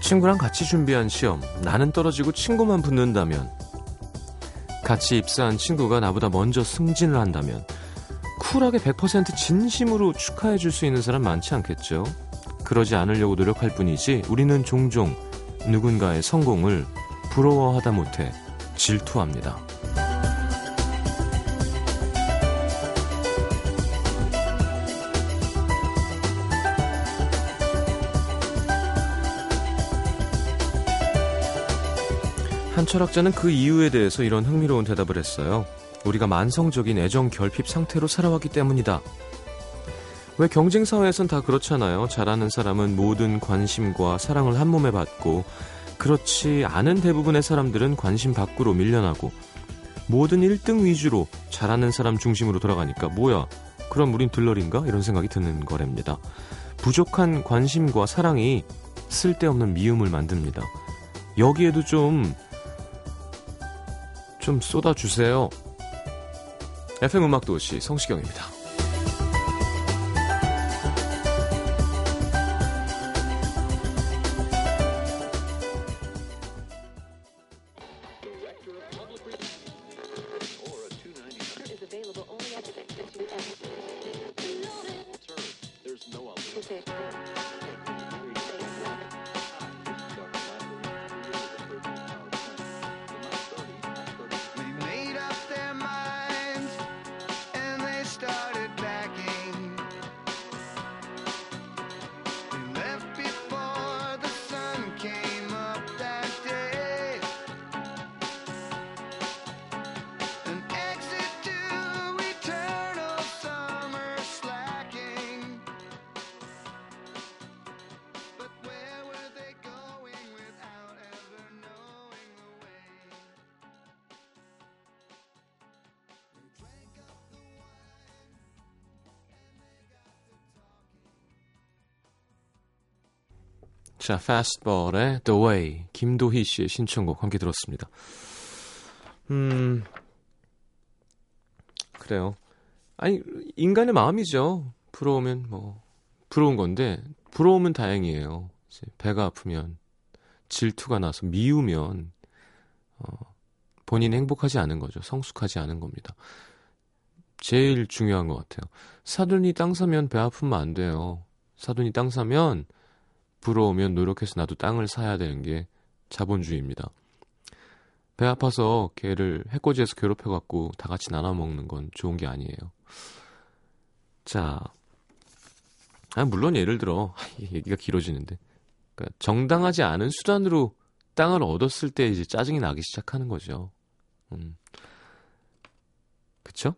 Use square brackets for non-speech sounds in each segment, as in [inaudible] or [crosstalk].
친구랑 같이 준비한 시험, 나는 떨어지고 친구만 붙는다면, 같이 입사한 친구가 나보다 먼저 승진을 한다면, 쿨하게 100% 진심으로 축하해 줄 수 있는 사람 많지 않겠죠? 그러지 않으려고 노력할 뿐이지, 우리는 종종 누군가의 성공을 부러워하다 못해 질투합니다. 한 철학자는 그 이유에 대해서 이런 흥미로운 대답을 했어요. 우리가 만성적인 애정 결핍 상태로 살아왔기 때문이다. 왜 경쟁 사회에선 다 그렇잖아요. 잘하는 사람은 모든 관심과 사랑을 한 몸에 받고 그렇지 않은 대부분의 사람들은 관심 밖으로 밀려나고 모든 1등 위주로 잘하는 사람 중심으로 돌아가니까 뭐야? 그럼 우린 들러리인가? 이런 생각이 드는 거랍니다. 부족한 관심과 사랑이 쓸데없는 미움을 만듭니다. 여기에도 좀 좀 쏟아주세요. FM 음악 도시 성시경입니다. 자, Fastball의 The Way 김도희 씨의 신청곡 함께 들었습니다. 음, 그래요. 아니 인간의 마음이죠. 부러우면 뭐 부러운 건데 부러우면 다행이에요. 이제 배가 아프면 질투가 나서 미우면 어, 본인 행복하지 않은 거죠. 성숙하지 않은 겁니다. 제일 중요한 것 같아요. 사돈이 땅 사면 배 아프면 안 돼요. 사돈이 땅 사면 부러우면 노력해서 나도 땅을 사야 되는 게 자본주의입니다. 배 아파서 개를 해코지에서 괴롭혀갖고 다 같이 나눠 먹는 건 좋은 게 아니에요. 자, 아 물론 예를 들어 얘기가 길어지는데 그러니까 정당하지 않은 수단으로 땅을 얻었을 때 이제 짜증이 나기 시작하는 거죠. 음, 그쵸?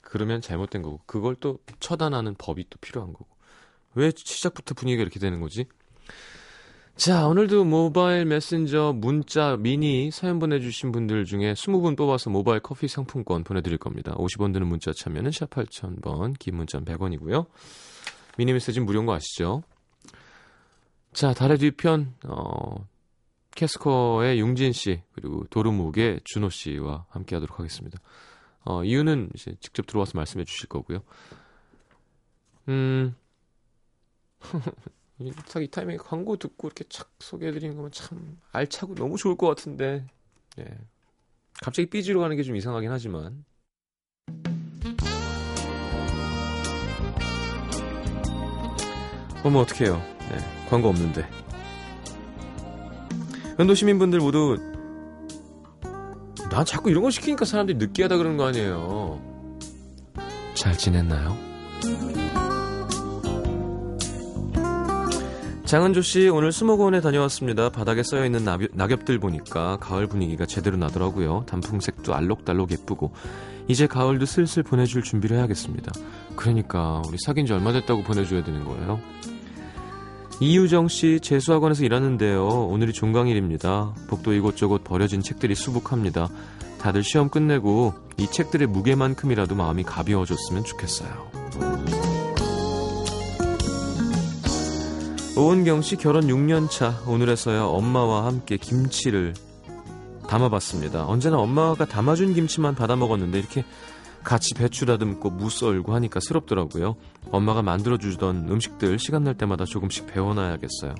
그러면 잘못된 거고 그걸 또 처단하는 법이 또 필요한 거고 왜 시작부터 분위기가 이렇게 되는 거지? 자, 오늘도 모바일 메신저 문자 미니 사연 보내주신 분들 중에 20분 뽑아서 모바일 커피 상품권 보내드릴 겁니다. 50원 드는 문자 참여는 샵 8000번, 긴 문자는 100원이고요. 미니 메시지는 무료인 거 아시죠? 자, 달의 뒤편, 어, 캐스커의 용진 씨, 그리고 도루묵의 준호 씨와 함께 하도록 하겠습니다. 어, 이유는 이제 직접 들어와서 말씀해 주실 거고요. 음, 딱 이 타이밍에 광고 듣고 이렇게 착 소개해드리는 거면 참 알차고 너무 좋을 것 같은데 예. 갑자기 삐지로 가는 게 좀 이상하긴 하지만 어머 어떡해요 예, 광고 없는데 현도 시민분들 모두 나 자꾸 이런 거 시키니까 사람들이 느끼하다 그러는 거 아니에요 잘 지냈나요? 장은조 씨 오늘 수목원에 다녀왔습니다. 바닥에 써여 있는 낙엽, 들 보니까 가을 분위기가 제대로 나더라고요. 단풍색도 알록달록 예쁘고 이제 가을도 슬슬 보내줄 준비를 해야겠습니다. 그러니까 우리 사귄 지 얼마 됐다고 보내줘야 되는 거예요. 이유정 씨 재수학원에서 일하는데요. 오늘이 종강일입니다. 복도 이곳저곳 버려진 책들이 수북합니다. 다들 시험 끝내고 이 책들의 무게만큼이라도 마음이 가벼워졌으면 좋겠어요. 오은경 씨 결혼 6년 차 오늘에서야 엄마와 함께 김치를 담아봤습니다. 언제나 엄마가 담아준 김치만 받아 먹었는데 이렇게 같이 배추 다듬고 무 썰고 하니까 스럽더라고요. 엄마가 만들어 주던 음식들 시간 날 때마다 조금씩 배워놔야겠어요.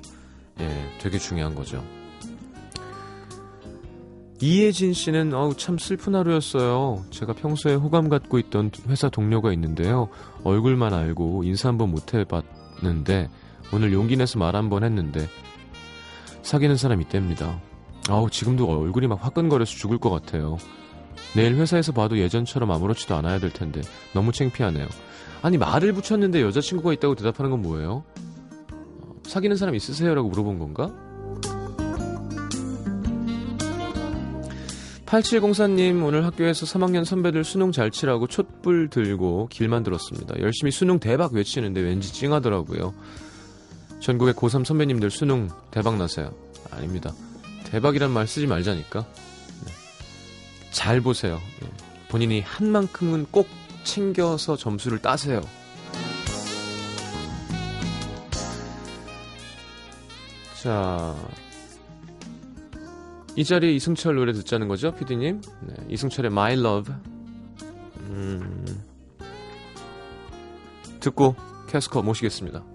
예, 되게 중요한 거죠. 이혜진 씨는 어우 참 슬픈 하루였어요. 제가 평소에 호감 갖고 있던 회사 동료가 있는데요. 얼굴만 알고 인사 한번 못 해봤는데 오늘 용기 내서 말 한번 했는데 사귀는 사람이 있답니다. 아우 지금도 얼굴이 막 화끈거려서 죽을 것 같아요. 내일 회사에서 봐도 예전처럼 아무렇지도 않아야 될 텐데 너무 창피하네요. 아니 말을 붙였는데 여자친구가 있다고 대답하는 건 뭐예요? 어, 사귀는 사람 있으세요라고 물어본 건가? 8704님 오늘 학교에서 3학년 선배들 수능 잘 치라고 촛불 들고 길 만들었습니다. 열심히 수능 대박 외치는데 왠지 찡하더라고요. 전국의 고3 선배님들 수능 대박 나세요. 아닙니다. 대박이란 말 쓰지 말자니까. 네. 잘 보세요. 예. 본인이 한 만큼은 꼭 챙겨서 점수를 따세요. 자, 이 자리에 이승철 노래 듣자는 거죠, 피디님? 네, 이승철의 My Love. 음, 듣고 캐스커 모시겠습니다. 그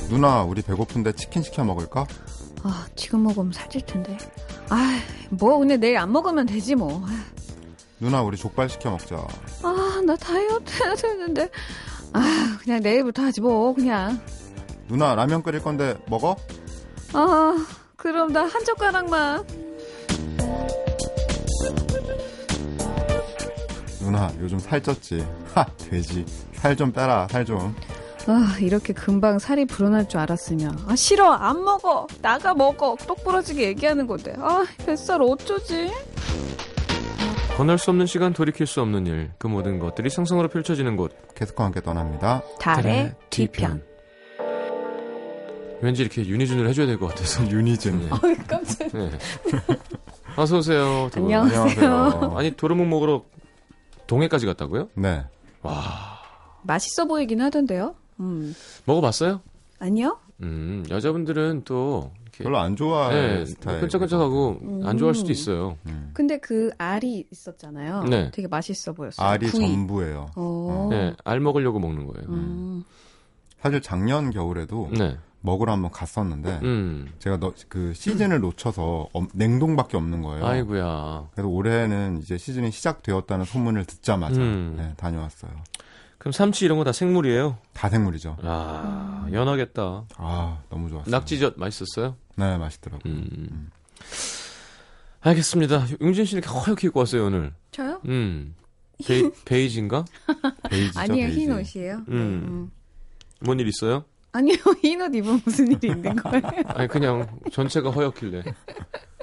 그 누나 우리 배고픈데 치킨 시켜 먹을까? 아 지금 먹으면 살찔 텐데. 아 뭐 오늘 내일 안 먹으면 되지 뭐. 누나 우리 족발 시켜 먹자. 아 나 다이어트 해야 되는데. 아 그냥 내일부터 하지 뭐 그냥. 누나 라면 끓일 건데 먹어? 아 그럼 나 한 젓가락만. 누나 요즘 살쪘지. 하 돼지 살 좀 빼라 살 좀. 아, 이렇게 금방 살이 불어날 줄 알았으면. 아, 싫어. 안 먹어. 나가 먹어. 똑부러지게 얘기하는 건데. 아, 뱃살 어쩌지? 건널 수 없는 시간, 돌이킬 수 없는 일. 그 모든 것들이 상상으로 펼쳐지는 곳. 캐스커 함께 떠납니다. 달의 [laughs] 뒤편. 왠지 이렇게 유니준을 해줘야 될 것 같아서. 유니준. 네. 아, 깜짝 네. [laughs] 어서 오세요. 도로- 안녕. 안녕하세요. 아니 도루묵 먹으러 동해까지 갔다고요? 네. 맛있어 보이긴 하던데요. 음. 먹어봤어요? 아니요? 음 여자분들은 또 이렇게 별로 안 좋아해 네, 스타일. 끈적끈적하고 음. 안 좋아할 수도 있어요. 음. 근데 그 알이 있었잖아요. 네. 되게 맛있어 보였어요. 알이 구이. 전부예요. 어. 네, 알 먹으려고 먹는 거예요. 음. 사실 작년 겨울에도 네, 먹으러 한번 갔었는데 음, 제가 너, 그 시즌을 놓쳐서 엄- 냉동밖에 없는 거예요. 아이구야. 그래서 올해는 이제 시즌이 시작되었다는 소문을 듣자마자 음. 네, 다녀왔어요. 그럼 삼치 이런 거 다 생물이에요? 다 생물이죠. 음. 아, 연하겠다. 아 너무 좋았어요. 낙지젓 맛있었어요? 네 맛있더라고요. 음. 알겠습니다. 용진 씨는 이렇게 허옇게 입고 왔어요 오늘. 저요? 음, 베이, 베이지인가? 베이지죠 아니에요. 베이지. 흰 옷이에요. 네, 음. 음. 뭔 일 있어요? 아니요. [laughs] 흰 옷 입으면 무슨 일이 있는 거예요? 아니 그냥 전체가 허옇길래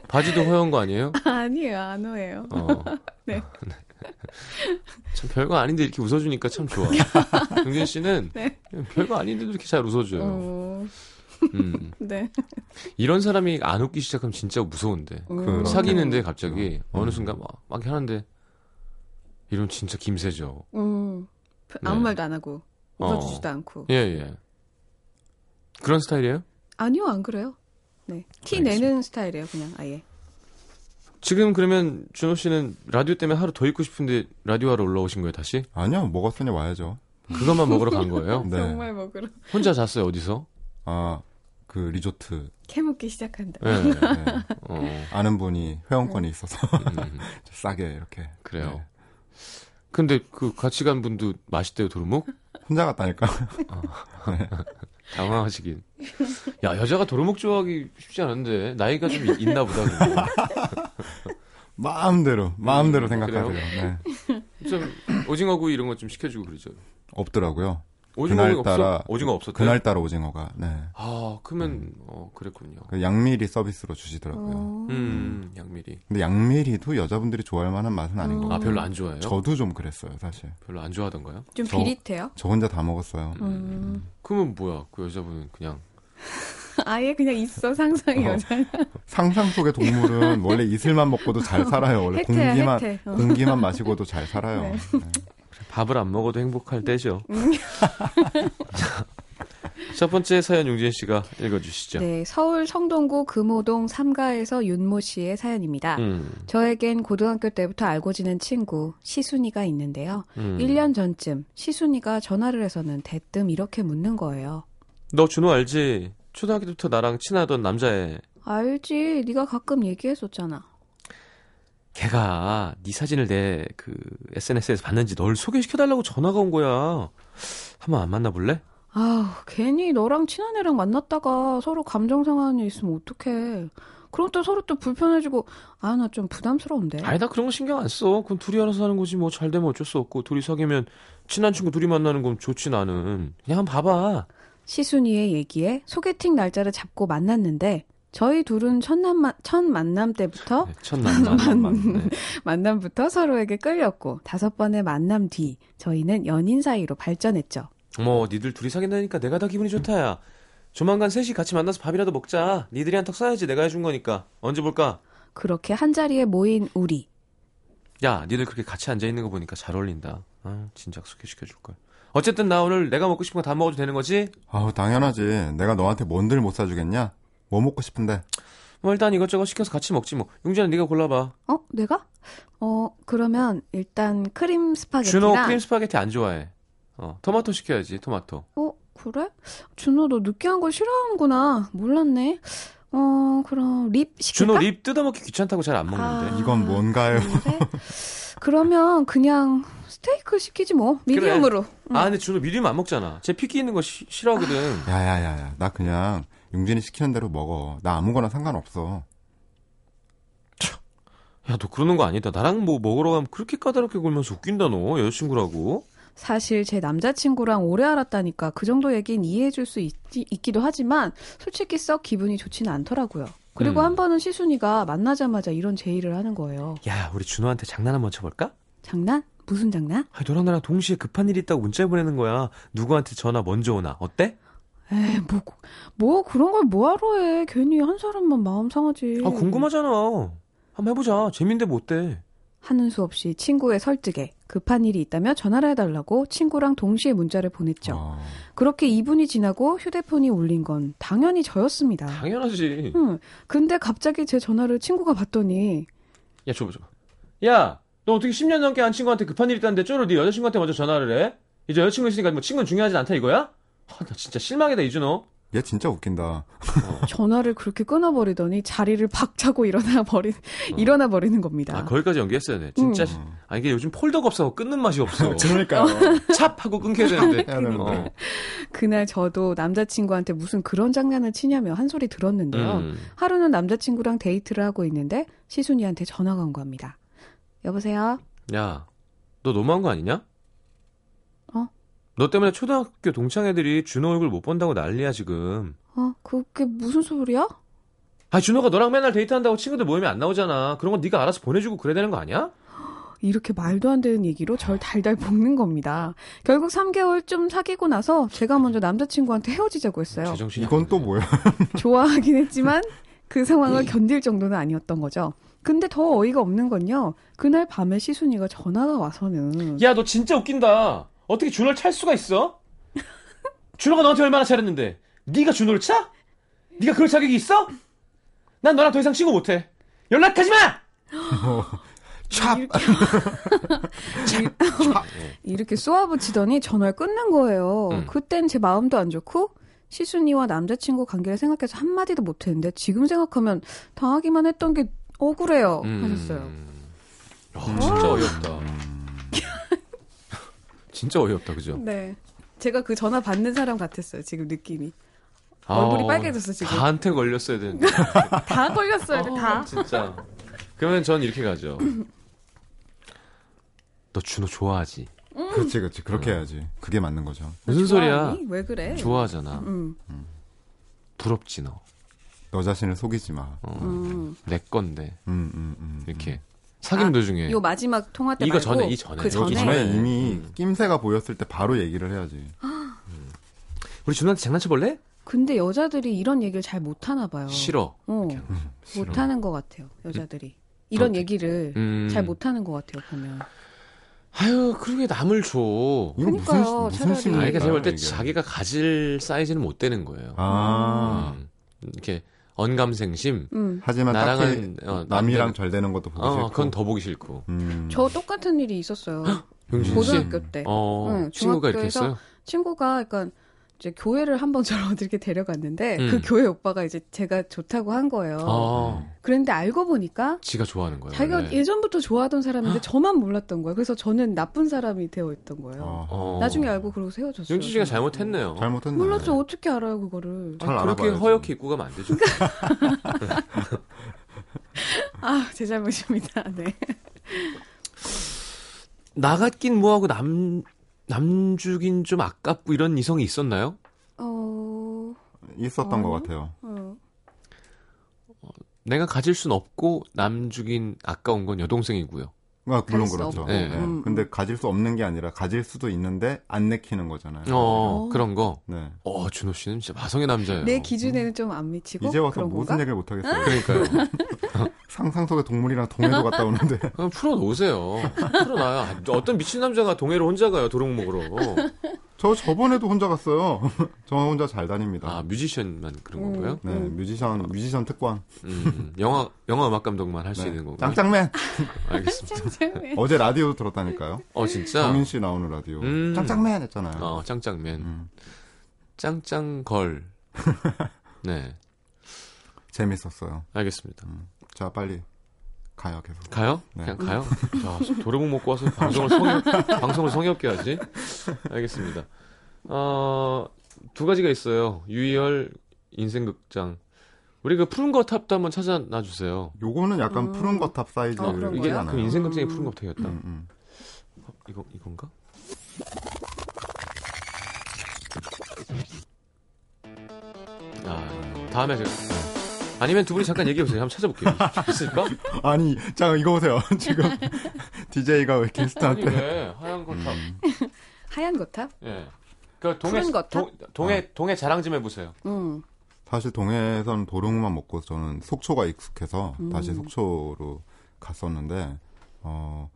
바지도 허연 거 아니에요? 아니에요. 안 오해요. 어. 네. 참 별거 아닌데 이렇게 웃어주니까 참 좋아. 경진 씨는 네. 별거 아닌데도 이렇게 잘 웃어줘요. 어, 음. 네. 이런 사람이 안 웃기 시작하면 진짜 무서운데. 그럼. 사귀는데 갑자기 어느 음. 순간 막, 막 이렇게 하는데 이러면 진짜 김새죠. 음, 별- 아무 네. 말도 안 하고 어. 웃어주지도 않고. 예, 예. 그런 스타일이에요? 아니요, 안 그래요. 네, 티 내는 스타일이에요, 그냥 아예. 지금 그러면 준호 씨는 라디오 때문에 하루 더 있고 싶은데 라디오 하러 올라오신 거예요, 다시? 아니요 먹었으니 와야죠. 그것만 먹으러 간 거예요? 네. 먹으러 혼자 잤어요, 어디서? 아그 리조트 [laughs] 캐묻기 시작한다. 예. 네. [laughs] 어, 네. 아는 분이 회원권이 있어서 [laughs] 음, 싸게 이렇게 그래요. 네. 근데 그 같이 간 분도 맛있대요 도루묵? 혼자 갔다니까. [laughs] 당황하시긴. 야 여자가 도루묵 좋아하기 쉽지 않은데 나이가 좀 이- 있나 보다. 그거. 마음대로, 마음대로 음, 생각하세요. 그래요? 네. 좀 오징어구이 이런 거 좀 시켜주고 그러죠. 없더라고요. 오징어구이 그날따라- 없어? 오징어 없었대. 요 그날따라 음. 오징어가. 네. 아 그러면 어 그랬군요. 그 양미리 서비스로 주시더라고요. 어. 음 양미리. 근데 양미리도 여자분들이 좋아할 만한 맛은 아닌 것 아 같아요. 별로 안 좋아해요? 저도 좀 그랬어요, 사실. 별로 안 좋아하던가요? 좀 저- 비릿해요? 저 혼자 다 먹었어요. 음. [laughs] 그러면 뭐야? 그 여자분은 그냥 아예 그냥 있어 상상이 어, 여자 상상 속의 [laughs] 동물은 원래 이슬만 먹고도 잘 살아요. 원래 혜태야 공기만 혜태 어. 공기만 마시고도 잘 살아요. 네. 네. 밥을 안 먹어도 행복할 [laughs] 때죠. 음. 자, [laughs] 첫 번째 사연 용진 씨가 읽어주시죠. 네, 서울 성동구 금호동 삼가에서 윤모 씨의 사연입니다. 음, 저에겐 고등학교 때부터 알고 지낸 친구 시순이가 있는데요. 음. 1년 전쯤 시순이가 전화를 해서는 대뜸 이렇게 묻는 거예요. 너 준호 알지? 초등학교 때부터 나랑 친하던 남자애. 알지, 네가 가끔 얘기했었잖아. 걔가 네 사진을 내 그 SNS에서 봤는지 널 소개시켜달라고 전화가 온 거야. 한번 안 만나볼래? 아, 괜히 너랑 친한 애랑 만났다가 서로 감정 상황이 있으면 어떡해. 그럼 또 서로 또 불편해지고, 아, 나 좀 부담스러운데. 아니 나 그런 거 신경 안 써. 그건 둘이 알아서 하는 거지 뭐 잘 되면 어쩔 수 없고 둘이 사귀면 친한 친구 둘이 만나는 건 좋지 나는. 그냥 한번 봐봐. 시순이의 얘기에 소개팅 날짜를 잡고 만났는데, 저희 둘은 첫, 남, 첫 만남 때부터 네, 첫 만남. 네. 만남부터 서로에게 끌렸고 다섯 번의 만남 뒤 저희는 연인 사이로 발전했죠. 어머 뭐, 니들 둘이 사귄다니까 내가 다 기분이 좋다야. 조만간 셋이 같이 만나서 밥이라도 먹자. 니들이 한턱 쏴야지 내가 해준 거니까. 언제 볼까? 그렇게 한 자리에 모인 우리. 야, 니들 그렇게 같이 앉아 있는 거 보니까 잘 어울린다. 아, 진작 소개시켜 줄 걸. 어쨌든 나 오늘 내가 먹고 싶은 거 다 먹어도 되는 거지? 아우 당연하지. 내가 너한테 뭔들 못 사주겠냐? 뭐 먹고 싶은데? 뭐 일단 이것저것 시켜서 같이 먹지 뭐. 용진아 네가 골라 봐. 어, 내가? 어, 그러면 일단 크림 준호 스파게티랑 크림 스파게티 안 좋아해. 어, 토마토 시켜야지. 토마토. 어, 그래? 준호 너 느끼한 걸 싫어하는구나. 몰랐네. 어, 그럼 립 시킬까? 준호 립 뜯어먹기 귀찮다고 잘 안 먹는데. 아, 이건 뭔가요? 근데 그러면 그냥 스테이크 시키지 뭐. 미디움으로. 아, 근데 준호 미림 안 먹잖아. 쟤 피끼 있는 거 시- 싫어하거든. 야야야야. 나 그냥 용진이 시키는 대로 먹어. 나 아무거나 상관없어. 야, 너 그러는 거 아니다. 나랑 뭐 먹으러 가면 그렇게 까다롭게 굴면서 웃긴다 너. 여자친구라고. 사실 제 남자친구랑 오래 알았다니까 그 정도 얘기는 이해해줄 수 있, 기도 하지만 솔직히 썩 기분이 좋지는 않더라고요. 그리고 음. 한 번은 시순이가 만나자마자 이런 제의를 하는 거예요. 야, 우리 준호한테 장난 한번 쳐 볼까? 장난? 무슨 장난? 아, 너랑 나랑 동시에 급한 일이 있다고 문자 보내는 거야. 누구한테 전화 먼저 오나. 어때? 에이, 뭐, 뭐 그런 걸 뭐하러 해. 괜히 한 사람만 마음 상하지. 아, 궁금하잖아. 한번 해보자. 재밌는데 뭐 어때? 하는 수 없이 친구의 설득에 급한 일이 있다며 전화를 해달라고 친구랑 동시에 문자를 보냈죠. 아. 어, 그렇게 2분이 지나고 휴대폰이 울린 건 당연히 저였습니다. 당연하지. 응. 근데 갑자기 제 전화를 친구가 받더니 야, 줘봐, 줘봐. 야, 너 어떻게 10년 넘게 한 친구한테 급한 일이 있다는데 쪼로 네 여자친구한테 먼저 전화를 해? 이제 여자친구 있으니까 뭐 친구는 중요하지 않다 이거야? 아, 나 진짜 실망이다, 이준호. 얘 진짜 웃긴다. 전화를 그렇게 끊어버리더니 자리를 박차고 일어나 버리 일어나 버리는 겁니다. 아, 거기까지 연기했어야 돼. 진짜. 음. 시- 아, 이게 요즘 폴더가 없어. 끊는 맛이 [laughs] 없어. 그러니까요. 찹! 하고 끊겨야 되는데. 해야 되는데. 어. 그날 저도 남자친구한테 무슨 그런 장난을 치냐며 한 소리 들었는데요. 음. 하루는 남자친구랑 데이트를 하고 있는데 시순이한테 전화가 온 겁니다. 여보세요. 야, 너 너무한 거 아니냐? 어? 너 때문에 초등학교 동창 애들이 준호 얼굴 못 본다고 난리야, 지금. 어 그게 무슨 소리야? 아, 준호가 너랑 맨날 데이트한다고 친구들 모임에 안 나오잖아. 그런 거 네가 알아서 보내주고 그래야 되는 거 아니야? 이렇게 말도 안 되는 얘기로 절 달달 볶는 겁니다. 결국 3개월쯤 사귀고 나서 제가 먼저 남자친구한테 헤어지자고 했어요. 제정신이 [laughs] 이건 아니네. 또 뭐야? [laughs] 좋아하긴 했지만 그 상황을 견딜 정도는 아니었던 거죠. 근데 더 어이가 없는 건요. 그날 밤에 시순이가 전화가 와서는 야, 너 진짜 웃긴다. 어떻게 준호를 찰 수가 [laughs] 있어? 준호가 너한테 얼마나 잘했는데 네가 준호를 차? 네가 그럴 자격이 있어? 난 너랑 더 이상 친구 못해. 연락하지 마! 찹! 이렇게 쏘아붙이더니 전화를 끊는 거예요. 음. 그땐 제 마음도 안 좋고 시순이와 남자친구 관계를 생각해서 한마디도 못했는데 지금 생각하면 당하기만 했던 음. 게 억울해요. 하셨어요. [laughs] 아, 진짜 어이없다. 진짜 어이없다, 그죠? 네. 제가 그 전화 받는 사람 같았어요. 지금 느낌이. 아, 얼굴이 빨개졌어, 지금. 다한테 걸렸어야 되는데. [laughs] 다 걸렸어요, 아, 다. 진짜. 그러면 전 이렇게 가죠. 너 준호 좋아하지? [laughs] 그렇지, 그렇지. 그렇게 네. 해야지. 그게 맞는 거죠. 무슨 소리야? 좋아하니? 왜 그래? 좋아하잖아. 음, 부럽지 너. 너 자신을 속이지 마. 어, 네. 음. 내 건데. 음, 음, 음. 이렇게. 사귄 아, 도중에. 요 마지막 통화 때 예. 이거 말고 전에, 이 전에. 그 여기 여기 전에 전에 네. 이미 음. 낌새가 보였을 때 바로 얘기를 해야지. 우리 준호한테 장난쳐볼래? 근데 여자들이 이런 얘기를 잘 못하나 봐요. 싫어. 어, 못하는 것 같아요, 여자들이. 이런 어, 얘기를 음. 잘 못하는 것 같아요, 보면. 아유, 그러게 남을 줘. 이건 무슨, 그러니까요, 무슨 차라리. 아니, 심리일까, 그러니까 제가 볼때 이게. 자기가 가질 사이즈는 못 되는 거예요. 아. 음, 이렇게 언감생심. 음. 하지만 나랑은, 딱히 어, 안 남이랑 되는- 잘 되는 것도 보기 어, 싫고. 그건 더 보기 싫고. 음. 저 똑같은 일이 있었어요. 용진 씨. 고등학교 때. 어, 네. 응, 친구가 이렇게 중학교에서 했어요? 친구가 약간 이제 교회를 한번 저를 [laughs] 어떻게 데려갔는데 음. 그 교회 오빠가 이제 제가 좋다고 한 거예요. 아, 네. 네. 그런데 알고 보니까 지가 좋아하는 거예요. 어. 자기가 원래. 예전부터 좋아하던 사람인데 저만 몰랐던 거예요. 그래서 저는 나쁜 사람이 되어 있던 거예요. 어, 어. 나중에 알고 그러고 헤어졌어요. 용진 씨가 저는. 잘못했네요. 음. 잘못했네. 몰랐죠. 어떻게 알아요 그거를? 잘 그렇게 알아봐야지. 허옇게 입고 가면 안 되죠. 그러니까 아, 제 잘못입니다. [laughs] 네. 나갔긴 뭐하고 남, 남주긴 좀 아깝고 이런 이성이 있었나요? 어, 있었던 것 같아요. 어. 내가 가질 순 없고 남주긴 아까운 건 여동생이고요. 아, 물론 가질 수 그렇죠. 없고. 네. 예. 음. 근데 가질 수 없는 게 아니라 가질 수도 있는데 안 내키는 거잖아요. 어, 어. 그런 거. 네. 어, 준호 씨는 진짜 마성의 남자예요. 내 네, 기준에는 좀 안 미치고 어, 음. 이제 와서 그런 무슨 건가? 얘기를 못 하겠어요. 그러니까요. [laughs] 상상 속의 동물이랑 동해도 갔다 오는데 [laughs] 그냥 풀어놓으세요. 풀어놔요. 어떤 미친 남자가 동해를 혼자 가요, 도롱묵으로. 저 저번에도 혼자 갔어요. [laughs] 저 혼자 잘 다닙니다. 아, 뮤지션만 그런 음. 건가요? 네, 뮤지션 뮤지션 특권. 음, 영화, 영화 음악 감독만 할 수 네. 있는 건가요? 짱짱맨. 알겠습니다. 짱짱맨. 어제 라디오도 들었다니까요. 어, 진짜? 정민 씨 나오는 라디오. 음. 짱짱맨 했잖아요. 어, 짱짱맨. 음. [laughs] 짱짱걸. 네, 재밌었어요. 알겠습니다. 자 빨리 가요 계속. 가요? 네. 그냥 가요? 자, 도루묵 먹고 와서 방송을 성의, 방송을 성의 없게 하지? 알겠습니다. 어, 두 가지가 있어요. 유희열 인생극장. 우리 그 푸른 거 탑도 한번 찾아놔 주세요. 요거는 약간 음. 푸른 거탑 사이즈. 아, 그런 이게 거요? 그 요 인생극장이 음. 푸른 거탑이었다. 음, 음. 어, 이거 이건가? 아, 다음에 제가 네. 아니면 두 분이 잠깐 얘기해 보세요. 한번 [laughs] 찾아볼게요. 있을까? 아니, 잠깐 이거 보세요. [laughs] 지금 [laughs] DJ가 왜 아니 게스트한테 왜 그러니까, 하얀 거탑? [laughs] 하얀 거탑? 예. 그 동해 푸른 거탑? 동, 동해 동해 자랑 좀 해보세요. 응. 사실 동해에선 도롱만 먹고 저는 속초가 익숙해서 다시 음. 속초로 갔었는데 어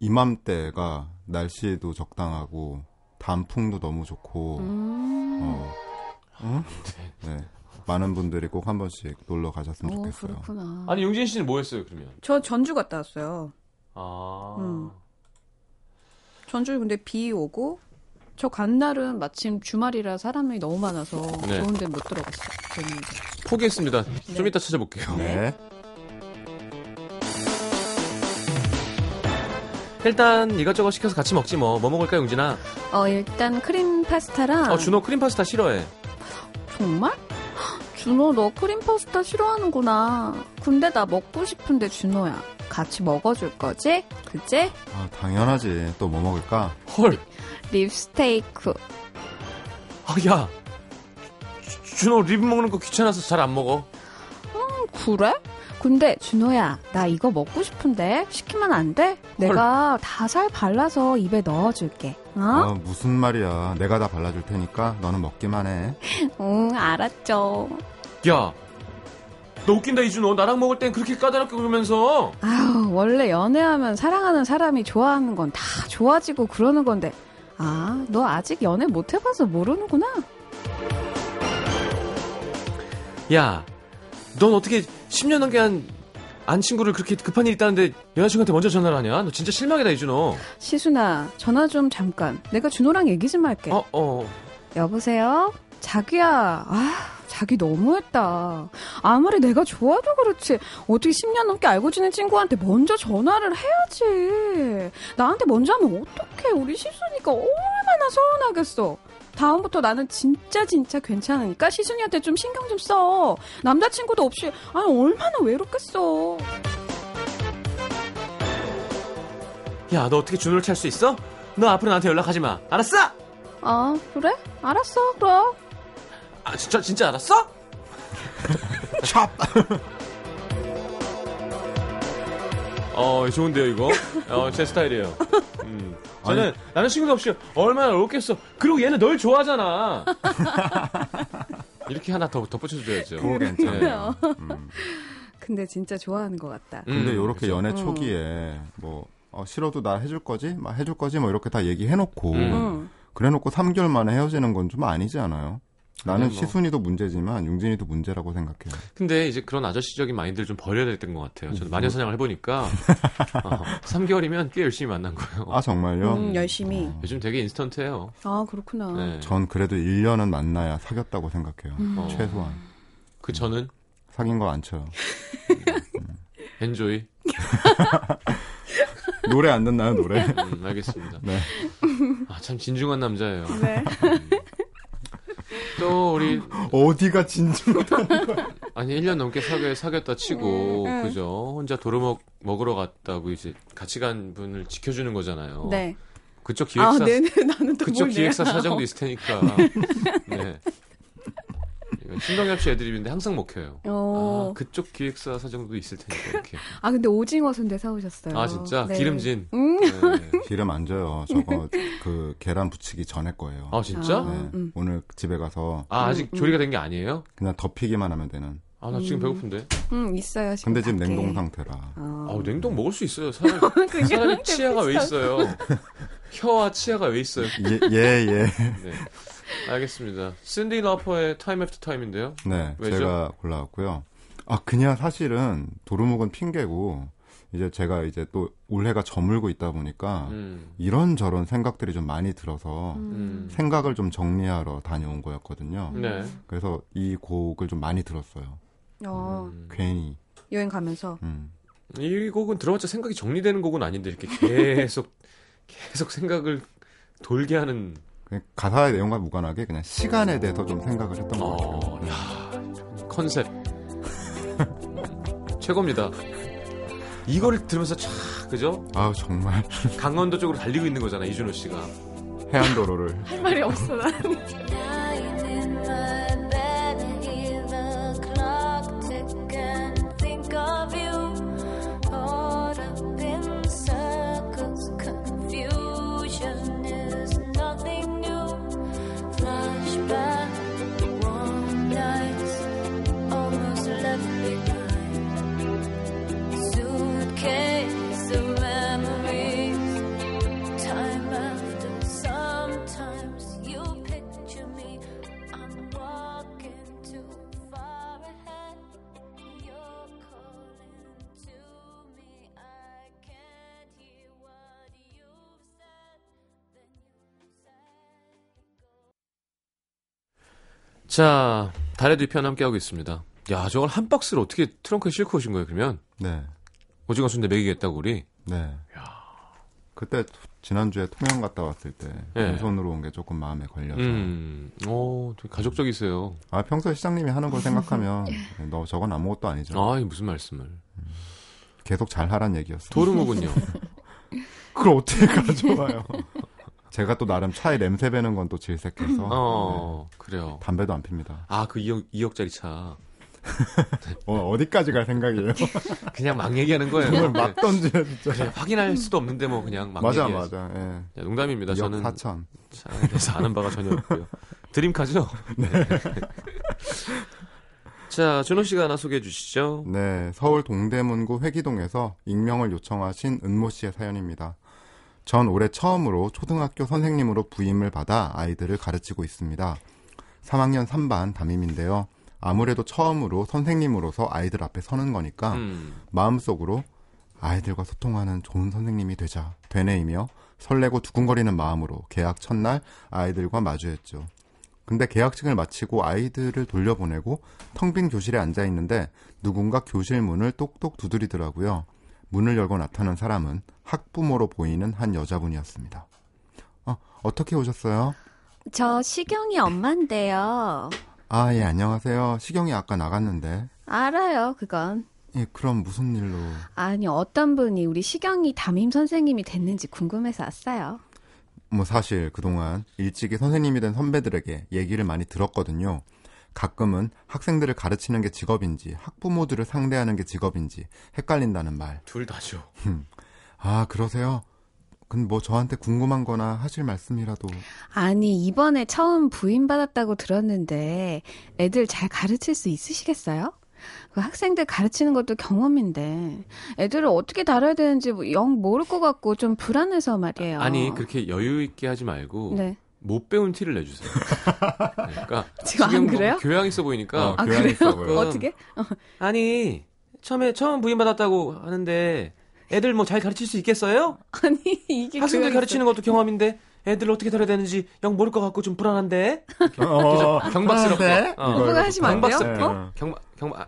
이맘때가 날씨도 적당하고 단풍도 너무 좋고 음. 어, 응? 아, 네. 많은 분들이 꼭 한 번씩 놀러 가셨으면 어, 좋겠어요. 그렇구나. 아니 용진 씨는 뭐했어요 그러면? 저 전주 갔다 왔어요. 아. 음. 전주에 근데 비 오고 저 간 날은 마침 주말이라 사람이 너무 많아서 네. 좋은 데못 들어갔어요. 재밌는 데. 포기했습니다. 네. 좀 이따 찾아볼게요. 네. 일단 이것저것 시켜서 같이 먹지 뭐. 뭐 먹을까 용진아? 어 일단 크림 파스타랑 아, 어 준호 크림 파스타 싫어해. 정말? 준호 너 크림 파스타 싫어하는구나. 근데 나 먹고 싶은데 준호야 같이 먹어줄 거지? 그치? 아, 당연하지. 또 뭐 먹을까? 헐. 립스테이크. 음, 아, 야. 주- 준호 립 먹는 거 귀찮아서 잘 안 먹어. 그래? 근데 준호야, 나 이거 먹고 싶은데 시키면 안 돼? 내가 다 살 발라서 입에 넣어줄게. 어? 아, 무슨 말이야. 내가 다 발라줄 테니까 너는 먹기만 해. 응, 알았죠. 야. 너 웃긴다 이준호. 나랑 먹을 땐 그렇게 까다롭게 굴면서. 아유, 원래 연애하면 사랑하는 사람이 좋아하는 건 다 좋아지고 그러는 건데. 아, 너 아직 연애 못 해봐서 모르는구나. 야. 넌 어떻게 10년 넘게 한 안 친구를 그렇게 급한 일 있다는데 여자친구한테 먼저 전화를 하냐? 너 진짜 실망이다 이준호. 시순아, 전화 좀 잠깐. 내가 준호랑 얘기 좀 네. 할게. 어, 어. 여보세요? 자기야, 아, 자기 너무했다. 아무리 내가 좋아도 그렇지. 어떻게 10년 넘게 알고 지낸 친구한테 먼저 전화를 해야지. 나한테 먼저 하면 어떡해. 우리 시순이 그러니까 얼마나 서운하겠어. 다음부터 나는 진짜 진짜 괜찮으니까 시순이한테 좀 신경 좀 써. 남자친구도 없이 아 얼마나 외롭겠어. 야, 너 어떻게 준호를 찰 수 있어? 너 앞으로 나한테 연락하지 마. 알았어? 아 그래? 알았어 그럼. 아, 진짜 [laughs] 진짜 알았어? 찹! 어, 좋은데요, 이거. 어, 제 스타일이에요. 음. 저는 나는 친구도 없이 얼마나 어렵겠어. 그리고 얘는 [laughs] 널 좋아하잖아. 이렇게 하나 더 덧붙여줘야죠. 그거 괜찮아요. 음. [laughs] 근데 진짜 좋아하는 것 같다. 근데 음, 요렇게 그죠. 연애 음. 초기에 뭐 어, 싫어도 나 해줄 거지, 막 해줄 거지, 뭐 이렇게 다 얘기해놓고 음. 응. 그래놓고 3개월 만에 헤어지는 건 좀 아니지 않아요? 나는 뭐. 시순이도 문제지만 용진이도 문제라고 생각해요. 근데 이제 그런 아저씨적인 마인드를 좀 버려야 됐던 것 같아요. 저도 마녀 사냥을 [laughs] 해보니까 어, 3개월이면 꽤 열심히 만난 거예요. 아 정말요? 음, 열심히. 요즘 되게 인스턴트해요. 아 그렇구나. 네. 전 그래도 1년은 만나야 사귀었다고 생각해요. 음. 어, 최소한 그 저는 사귄 거 안 쳐요. 엔조이. 노래 안 듣나요 [laughs] 노래? 음, 알겠습니다. 네. 아, 참 진중한 남자예요. 음. 네. 또 우리 어디가 진주? 아니 1년 넘게 사귀, 사귀었다 치고 음, 음. 그죠 혼자 도루묵 먹으러 갔다고 이제 같이 간 분을 지켜주는 거잖아요. 네. 그쪽 아 어, 기획사 네네 나는 또 그쪽 뭘 기획사 내가- 사장도 [laughs] 있을 테니까. 네. 이건 신동엽 씨 애드립인데 항상 먹혀요. 어. 아 그쪽 기획사 사장도 있을 테니까 이렇게. 아 근데 오징어 순대 사오셨어요. 아 진짜 네. 기름진. 음. 네. 기름 안 줘요. 저거 그 계란 부치기 전에 거예요. 아 진짜? 아. 네. 음. 오늘 집에 가서 아 아직 조리가 된 게 아니에요? 그냥 덮이기만 하면 되는. 아 나 지금 배고픈데. 음 있어요 지금. 근데 지금 밖에. 냉동 상태라. 아 아. [laughs] 냉동 먹을 수 있어요. 사람 그 사람이 치아가 왜 있어요? 혀와 치아가 왜 있어요? 예예 예. 네. 알겠습니다. 신디 러퍼의 타임 애프터 타임인데요. 네, 왜죠? 제가 골라왔고요. 아, 그냥 사실은 도루묵은 핑계고 이제 제가 이제 또 올해가 저물고 있다 보니까 음. 이런저런 생각들이 좀 많이 들어서 음. 생각을 좀 정리하러 다녀온 거였거든요. 네. 그래서 이 곡을 좀 많이 들었어요. 음. 어, 괜히. 여행 가면서. 음. 이 곡은 들어봤자 생각이 정리되는 곡은 아닌데 이렇게 계속 [laughs] 계속 생각을 돌게 하는 그냥 가사의 내용과 무관하게 그냥 시간에 대해서 좀 생각을 했던 것 같아요. 어, 야, 컨셉 최고입니다. 이거를 들으면서 촥 그죠? 아, 정말 [laughs] 강원도 쪽으로 달리고 있는 거잖아 이준호 씨가. 해안도로를 네. 할 말이 없어 [laughs] 나. Lying in my bed, hear the clock tick and think of you. Caught up in circles, confusion is nothing new. Flashback, warm nights, almost left behind. Suitcase of memories. Time after sometimes you picture me. I'm walking too far ahead. You're calling to me. I can't hear what you've said. Then you say. 자 달의 뒤편 함께 하고 있습니다. 야 저걸 한 박스를 어떻게 트렁크에 싣고 오신 거예요 그러면? 네. 오징어 순대 먹이겠다고 우리. 네. 그때 지난주에 통영 갔다 왔을 때 예. 왼손으로 온 게 조금 마음에 걸려서 음, 오, 되게 가족적이세요. 아 평소에 시장님이 [laughs] 하는 걸 생각하면 네, 너 저건 아무것도 아니죠. 예. 아, 무슨 말씀을. 계속 잘 하란 얘기였어. [laughs] 도루묵은요. [laughs] 그걸 어떻게 가져와요? [laughs] 제가 또 나름 차에 냄새 배는 건 또 질색해서 어, 그래요. 네, 담배도 안 핍니다. 아, 그 2억, 2억짜리 차. 어, 어디까지 갈 [laughs] 생각이에요? 그냥 막 얘기하는 거예요. 정말 네. 막 던지네 진짜. 그냥 확인할 수도 없는데 뭐 그냥 막 맞아 얘기해야지. 맞아. 예. 야, 농담입니다. 2억 저는 4천. 차에 대해서 아는 바가 전혀 없고요. [laughs] 드림카죠? 네. [laughs] 자, 준호 씨가 하나 소개해 주시죠. 네, 서울 동대문구 회기동에서 익명을 요청하신 은모 씨의 사연입니다. 전 올해 처음으로 초등학교 선생님으로 부임을 받아 아이들을 가르치고 있습니다. 3학년 3반 담임인데요. 아무래도 처음으로 선생님으로서 아이들 앞에 서는 거니까 음, 마음속으로 아이들과 소통하는 좋은 선생님이 되자 되뇌이며 설레고 두근거리는 마음으로 개학 첫날 아이들과 마주했죠. 근데 개학식을 마치고 아이들을 돌려보내고 텅 빈 교실에 앉아 있는데 누군가 교실 문을 똑똑 두드리더라고요. 문을 열고 나타난 사람은 학부모로 보이는 한 여자분이었습니다. 어, 어떻게 오셨어요? 저 시경이 엄마인데요. 아, 예, 안녕하세요. 시경이 아까 나갔는데. 알아요, 그건. 예, 그럼 무슨 일로? 아니, 어떤 분이 우리 시경이 담임 선생님이 됐는지 궁금해서 왔어요. 뭐 사실 그동안 일찍이 선생님이 된 선배들에게 얘기를 많이 들었거든요. 가끔은 학생들을 가르치는 게 직업인지 학부모들을 상대하는 게 직업인지 헷갈린다는 말. 둘 다죠. 아, 그러세요? 근데 뭐 저한테 궁금한 거나 하실 말씀이라도. 아니, 이번에 처음 부임받았다고 들었는데 애들 잘 가르칠 수 있으시겠어요? 그 학생들 가르치는 것도 경험인데 애들을 어떻게 다뤄야 되는지 뭐영 모를 것 같고 좀 불안해서 말이에요. 아니 그렇게 여유 있게 하지 말고 네. 못 배운 티를 내주세요. [laughs] 그러니까 [laughs] 지금 안 지금 그래요? 교양 있어 보이니까. 아, 교양 그래요? 있어 보여. 어. 어떻게? 아니 처음에 처음 부임 받았다고 하는데 애들 뭐 잘 가르칠 수 있겠어요? [laughs] 아니, 이게 학생들 교양이 가르치는 것도 경험인데 애들 어떻게 다뤄야 되는지 영 모를 것 같고 좀 불안한데 어, 네. 경박스럽고. 하는데? 어. 이거, 그거 이거. 하시면 안 돼요? 강박스럽게. 어? 경마 경마 아,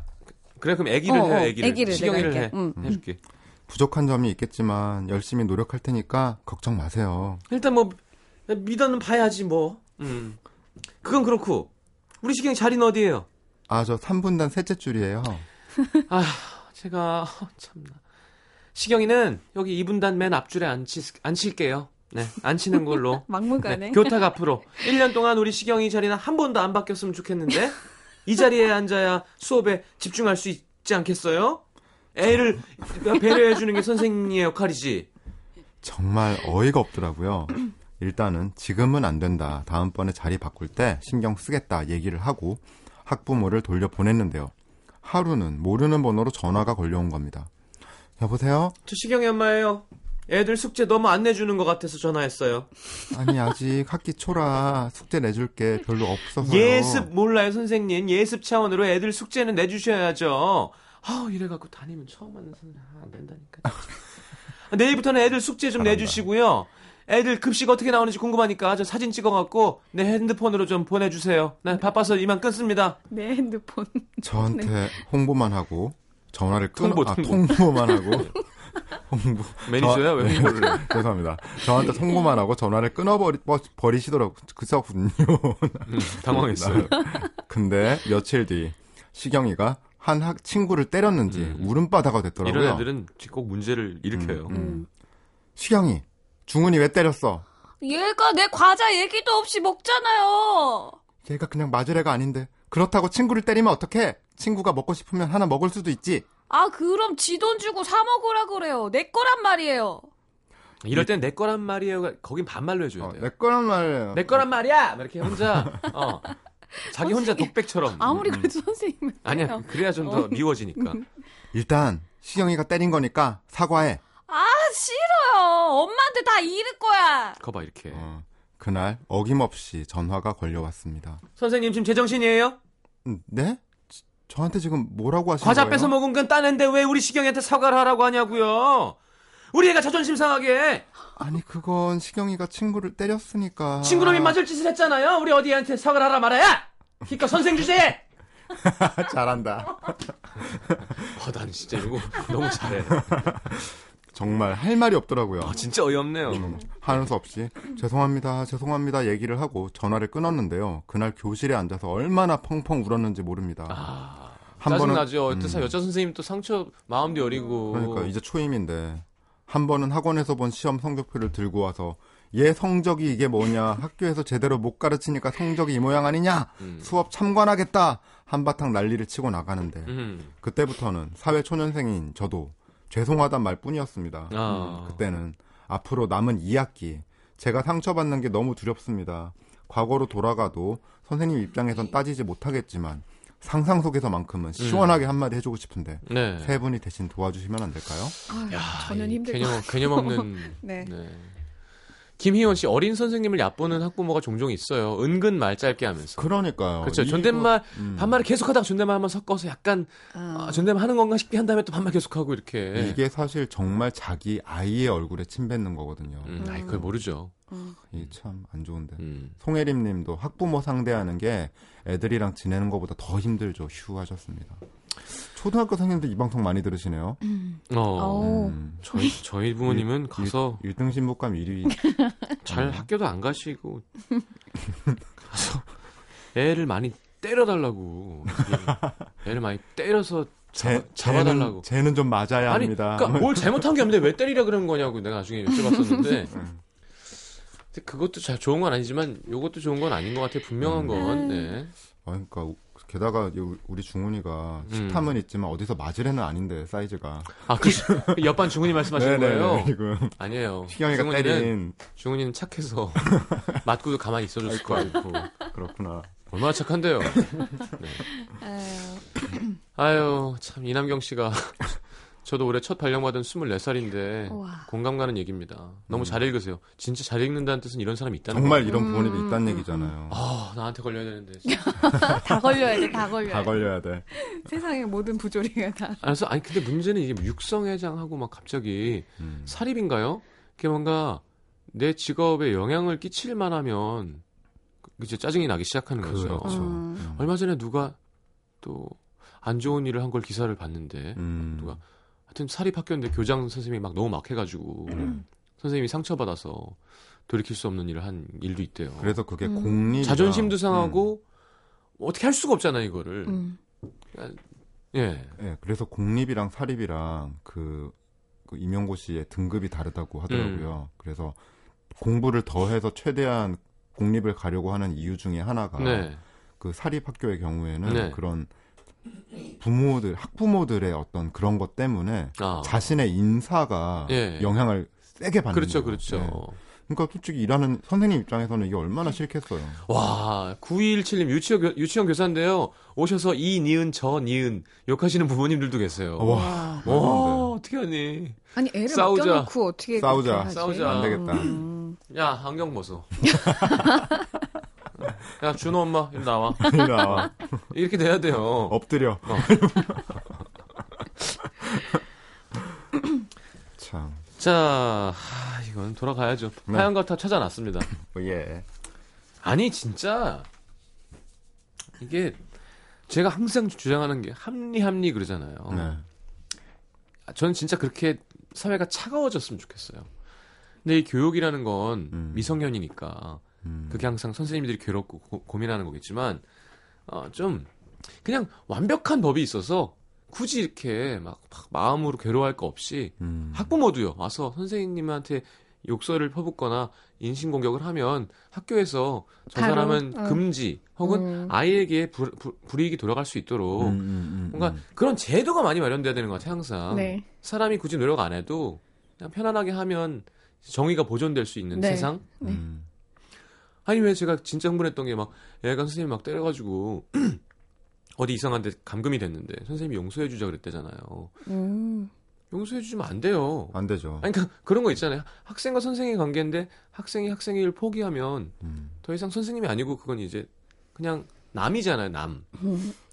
그래 그럼 애기를 어, 어, 해 애기를, 애기를 내가 시경이를 해 할게. 음. 해줄게. 부족한 점이 있겠지만 열심히 노력할 테니까 걱정 마세요. 일단 뭐 믿어는 봐야지 뭐 음. 그건 그렇고 우리 시경이 자리는 어디예요? 아, 저 3분단 셋째 줄이에요. 아 제가 어, 참나 시경이는 여기 2분단 맨 앞줄에 앉히, 앉힐게요 네 앉히는 걸로 막무가내. 네, 교탁 앞으로 1년 동안 우리 시경이 자리는 한 번도 안 바뀌었으면 좋겠는데 이 자리에 앉아야 수업에 집중할 수 있지 않겠어요? 애를 배려해 주는 게 선생님의 역할이지. 정말 어이가 없더라고요. 일단은 지금은 안 된다. 다음번에 자리 바꿀 때 신경 쓰겠다 얘기를 하고 학부모를 돌려 보냈는데요. 하루는 모르는 번호로 전화가 걸려온 겁니다. 여보세요? 저 시경이 엄마예요. 애들 숙제 너무 안 내주는 것 같아서 전화했어요. 아니 아직 학기 초라 숙제 내줄 게 별로 없어서요. 예습 몰라요 선생님. 예습 차원으로 애들 숙제는 내주셔야죠. 아우 이래갖고 담임은 처음 만난 선생님 아, 안 된다니까. [laughs] 내일부터는 애들 숙제 좀 내주시고요. 애들 급식 어떻게 나오는지 궁금하니까 저 사진 찍어갖고 내 핸드폰으로 좀 보내주세요. 나 바빠서 이만 끊습니다. 내 핸드폰. 저한테 홍보만 하고 전화를 끊어 네. 통보, 아, 통보. 통보만 하고 [laughs] 홍보 매니저야 저- 왜 이거를? 죄송합니다. 저한테 통보만 하고 전화를 끊어버리 버- 버리시더라고 그서군요. 음, 당황했어요. 근데 며칠 뒤 시경이가 한 학 친구를 때렸는지 음. 울음바다가 이런 됐더라고요. 애들은 꼭 문제를 일으켜요. 음, 음. 시경이 중훈이 왜 때렸어? 얘가 내 과자 얘기도 없이 먹잖아요. 얘가 그냥 맞을 애가 아닌데 그렇다고 친구를 때리면 어떡해? 친구가 먹고 싶으면 하나 먹을 수도 있지. 아, 그럼 지 돈 주고 사 먹으라 그래요. 내 거란 말이에요. 이럴 땐 내 거란 말이에요. 거긴 반말로 네. 해줘야 어, 돼요. 내 거란 말이에요. 내 거란 말이야! 막 이렇게 혼자, 어, 자기 혼자 독백처럼. 아무리 그래도 [laughs] 선생님은. 아니야, 그래요. 어. 그래야 좀 더 미워지니까. 일단 시경이가 때린 거니까 사과해. 아, 싫어요. 엄마한테 다 잃을 거야. 거봐, 이렇게. 예. 어, 그날 어김없이 전화가 걸려왔습니다. 선생님 지금 제정신이에요? 음, 네? 지- 저한테 지금 뭐라고 하시는 과자 거예요? 뺏어 먹은 건 따는데 왜 우리 시경이한테 사과를 하라고 하냐고요. 우리 애가 자존심 상하게 해. 아니 그건 시경이가 친구를 때렸으니까. 친구놈이 맞을 짓을 했잖아요. 우리 어디한테 사과를 하라 말아야. 기껏 선생 주제에. 잘한다. 아, 난 진짜 이거 [laughs] 너무 잘해. 정말 할 말이 없더라고요. 아, 진짜 어이없네요. 음, 하는 수 없이 죄송합니다, 죄송합니다 얘기를 하고 전화를 끊었는데요. 그날 교실에 앉아서 얼마나 펑펑 울었는지 모릅니다. 아, 한 번은 짜증나죠. 어때서 여자 선생님 또 상처 마음도 여리고. 그러니까 이제 초임인데 한 번은 학원에서 본 시험 성적표를 들고 와서 얘 성적이 이게 뭐냐 학교에서 제대로 못 가르치니까 성적이 이 모양 아니냐 음. 수업 참관하겠다 한바탕 난리를 치고 나가는데 음. 그때부터는 사회 초년생인 저도 죄송하단 말뿐이었습니다. 음, 아. 그때는 앞으로 남은 2학기 제가 상처받는 게 너무 두렵습니다. 과거로 돌아가도 선생님 입장에선 따지지 못하겠지만 상상 속에서만큼은 시원하게 한마디 해주고 싶은데 음. 네. 세 분이 대신 도와주시면 안 될까요? 아유, 야, 저는 이 힘들 것 개념, 같아요. 개념 없는. 네. 네. 김희원 씨, 어린 선생님을 얕보는 학부모가 종종 있어요. 은근 말 짧게 하면서. 그러니까요. 그렇죠. 이거- 존댓말, 어, 음. 반말을 계속하다가 존댓말 한번 섞어서 약간 아, 아, 존댓말 하는 건가 싶게 한 다음에 또 반말 계속하고 이렇게. 이게 사실 정말 자기 아이의 얼굴에 침 뱉는 거거든요. 음, 아이, 그걸 모르죠. 이게 참 안 좋은데. 음. 송혜림 님도 학부모 상대하는 게 애들이랑 지내는 것보다 더 힘들죠. 휴 하셨습니다. 초등학교 생인데 이 방송 많이 들으시네요. 어. 오. 음, 저희 저희 부모님은 가서 1등 신부감 1위. [laughs] 잘 음. 학교도 안 가시고 가서 애를 많이 때려달라고 예. 애를 많이 때려서 잡아, 쟤는, 잡아달라고 쟤는 좀 맞아야 아니 합니다. 그러니까 뭘 잘못한 게 없는데 왜 때리라 그러는 거냐고 내가 나중에 여쭤봤었는데 [laughs] 음. 근데 그것도 잘 좋은 건 아니지만 요것도 좋은 건 아닌 것 같아 요 분명한 음. 건 네. 아, 그러니까 우- 게다가 이 우- 우리 음. 중훈이가 식탐은 있지만 어디서 맞으려는 아닌데 사이즈가 아그 [laughs] 옆반 중훈이 말씀하시는 네네네, 거예요? 지금 아니에요. 시경이가 중훈이는- 때린 중훈이는 착해서 [laughs] 맞고도 가만히 있어줬을 거 아니고 [laughs] 그렇구나. 얼마나 착한데요. 네. 아유. 아유 참 이남경 씨가 [laughs] 저도 올해 첫 발령받은 24살인데 우와. 공감 가는 얘기입니다. 너무 잘 읽으세요. 진짜 잘 읽는다는 뜻은 이런 사람이 있다는 음. 정말 거예요. 이런 음, 부모님이 음, 있다는 얘기잖아요. 아 나한테 걸려야 되는데. 다 걸려야 돼, 다 걸려야 네. 다 돼. 걸려야 돼. 세상의 모든 부조리가 다. 그래서 아니 근데 문제는 이게 육성회장하고 막 갑자기 음. 사립인가요? 그게 뭔가 내 직업에 영향을 끼칠만 하면 이제 짜증이 나기 시작하는 거죠. 그렇죠. 음. 음. 얼마 전에 누가 또 안 좋은 일을 한 걸 기사를 봤는데 음. 누가 하여튼 사립학교인데 교장 선생님이 막 너무 막해가지고 음. 선생님이 상처받아서 돌이킬 수 없는 일을 한 일도 있대요. 그래서 그게 음. 공리 자존심도 음. 상하고 뭐 어떻게 할 수가 없잖아 요 이거를. 음. 예. 예, 그래서 공립이랑 사립이랑 그, 그 임용고시의 등급이 다르다고 하더라고요. 음. 그래서 공부를 더해서 최대한 공립을 가려고 하는 이유 중에 하나가 네. 그 사립 학교의 경우에는 네. 그런 부모들 학부모들의 어떤 그런 것 때문에 아. 자신의 인사가 예. 영향을 세게 받는 그렇죠, 거예요. 그렇죠. 예. 그러니까 솔직히 일하는 선생님 입장에서는 이게 얼마나 음. 싫겠어요. 와, 9217님 유치원, 교- 유치원 교사인데요. 오셔서 이 니은 저 니은 욕하시는 부모님들도 계세요. 와, 와, 와 어. 어떻게 하니? 아니, 애를 싸우자. 맡겨놓고 어떻게. 네. 싸우자. 그렇게 하지? 싸우자. 안 되겠다. 음. 야, 안경 벗어. 야, 준호 엄마, 이리 나와. 이리 나와. 이렇게 돼야 돼요. 엎드려. 어. 참. 자, 하, 이건 돌아가야죠. 네. 하얀 거탑 찾아놨습니다. 예. 아니, 진짜. 이게, 제가 항상 주장하는 게 합리, 합리 그러잖아요. 네. 아, 저는 진짜 그렇게 사회가 차가워졌으면 좋겠어요. 근데 이 교육이라는 건 음. 미성년이니까 음. 그게 항상 선생님들이 괴롭고 고, 고민하는 거겠지만 어, 좀 그냥 완벽한 법이 있어서 굳이 이렇게 막, 막 마음으로 괴로워할 거 없이 음. 학부모도요 와서 선생님한테 욕설을 퍼붓거나 인신공격을 하면 학교에서 저 바로, 사람은 어. 금지 혹은 음. 아이에게 불, 불, 불이익이 돌아갈 수 있도록 음, 음, 음, 뭔가 음. 그런 제도가 많이 마련돼야 되는 것 같아요 항상 네. 사람이 굳이 노력 안 해도 그냥 편안하게 하면 정의가 보존될 수 있는 네. 세상? 네. 음. 아니 왜 제가 진짜 흥분했던 게 막 애가 선생님 막 때려가지고 [clears throat] 어디 이상한데 감금이 됐는데 선생님이 용서해 주자 그랬대잖아요. 음. 용서해 주면 안 돼요. 안 되죠. 아니 그러니까 그런 거 있잖아요. 학생과 선생의 관계인데 학생이 학생을 포기하면 음. 더 이상 선생님이 아니고 그건 이제 그냥 남이잖아요, 남.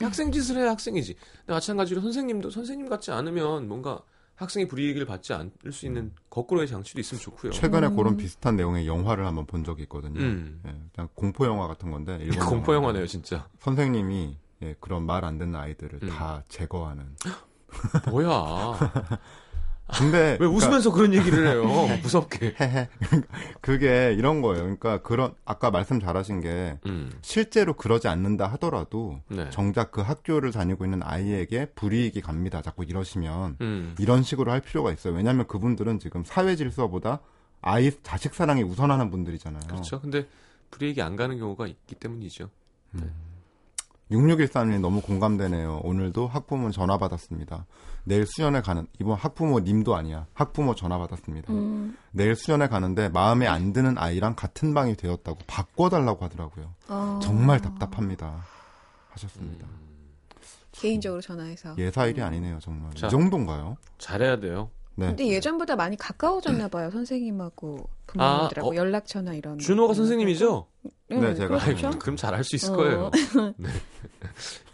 학생 짓을 해야 학생이지. 근데 마찬가지로 선생님도 선생님 같지 않으면 뭔가 학생이 불이익을 받지 않을 수 있는 거꾸로의 장치도 있으면 좋고요. 최근에 음. 그런 비슷한 내용의 영화를 한번 본 적이 있거든요. 음. 예, 그냥 공포 영화 같은 건데 일본 공포 영화. 영화네요, 진짜. 선생님이 예, 그런 말 안 듣는 아이들을 음. 다 제거하는. [laughs] 뭐야. 근데 [laughs] 왜 그러니까 웃으면서 그런 얘기를 해요? [laughs] 무섭게. 헤헤. [laughs] 그게 이런 거예요. 그러니까 그런 아까 말씀 잘하신 게 음. 실제로 그러지 않는다 하더라도 네. 정작 그 학교를 다니고 있는 아이에게 불이익이 갑니다. 자꾸 이러시면 음. 이런 식으로 할 필요가 있어요. 왜냐하면 그분들은 지금 사회 질서보다 아이 자식 사랑이 우선하는 분들이잖아요. 그렇죠. 근데 불이익이 안 가는 경우가 있기 때문이죠. 6613님 너무 공감되네요. 오늘도 학부모 전화 받았습니다. 내일 수련회 가는 이번 학부모님도 아니야. 학부모 전화 받았습니다. 음. 내일 수련회 가는데 마음에 안 드는 아이랑 같은 방이 되었다고 바꿔달라고 하더라고요. 어, 네. 정말 답답합니다. 하셨습니다. 음. 개인적으로 전화해서. 음. 예사일이 아니네요, 정말. 자. 이 정도인가요? 잘해야 돼요. 네. 근데 예전보다 많이 가까워졌나 봐요. 선생님하고 그 부모님들하고 아, 어. 연락 전화 이런. 준호가 선생님이죠? 네, 네, 제가. 아이, 음, 그렇죠. 그럼 잘 할 수 있을 어. [laughs] 거예요. [laughs] 네.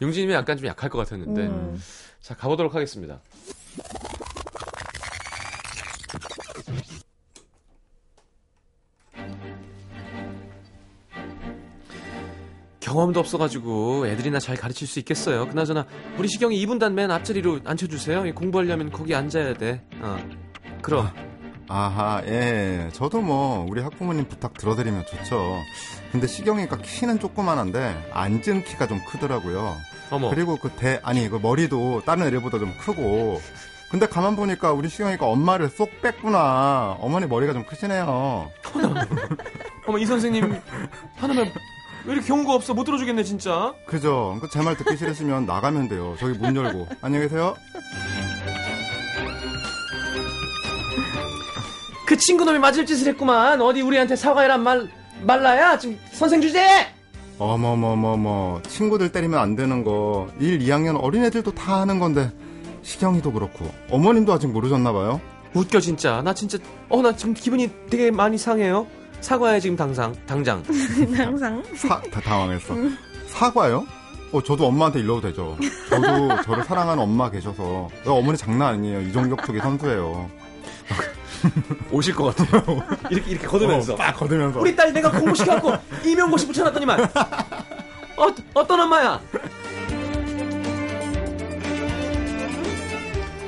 용진님이 약간 좀 약할 것 같았는데. 음. 자, 가보도록 하겠습니다. 경험도 없어가지고 애들이나 잘 가르칠 수 있겠어요. 그나저나 우리 시경이 2분단 맨 앞자리로 앉혀주세요. 이 공부하려면 거기 앉아야 돼. 어. 그럼 아, 아하, 예. 저도 뭐 우리 학부모님 부탁 들어드리면 좋죠. 근데 시경이가 키는 조그만한데 앉은 키가 좀 크더라고요. 뭐? 어머 그리고 그 대, 아니 그 머리도 다른 애들보다 좀 크고. 근데 가만 보니까 우리 시경이가 엄마를 쏙 뺐구나. 어머니 머리가 좀 크시네요. [laughs] 어머 이 선생님 하나면 왜 이렇게 경우가 없어 못 들어주겠네 진짜. 그죠? 제 말 듣기 싫으시면 나가면 돼요. 저기 문 열고. 안녕히 계세요. 그 친구놈이 맞을 짓을 했구만. 어디 우리한테 사과해란 말 말라야 지금 선생 주제. 어머머머머 친구들 때리면 안 되는 거 1, 2학년 어린애들도 다 하는 건데 시경이도 그렇고 어머님도 아직 모르셨나 봐요 웃겨 진짜. 나 진짜 어 나 지금 기분이 되게 많이 상해요. 사과해 지금 당장 당장. 항상. 사, 다 당황했어 사과요? 어 저도 엄마한테 일러도 되죠 저도 저를 사랑하는 엄마 계셔서 나 어머니 장난 아니에요 이종격 투기 선수예요 오실 것 [laughs] 같아요. 이렇게 이렇게 거두면서. 어, 빡 거두면서 우리 딸 내가 [laughs] 공부시켜갖고 임용고시 붙여놨더니만 어, 어떤 엄마야?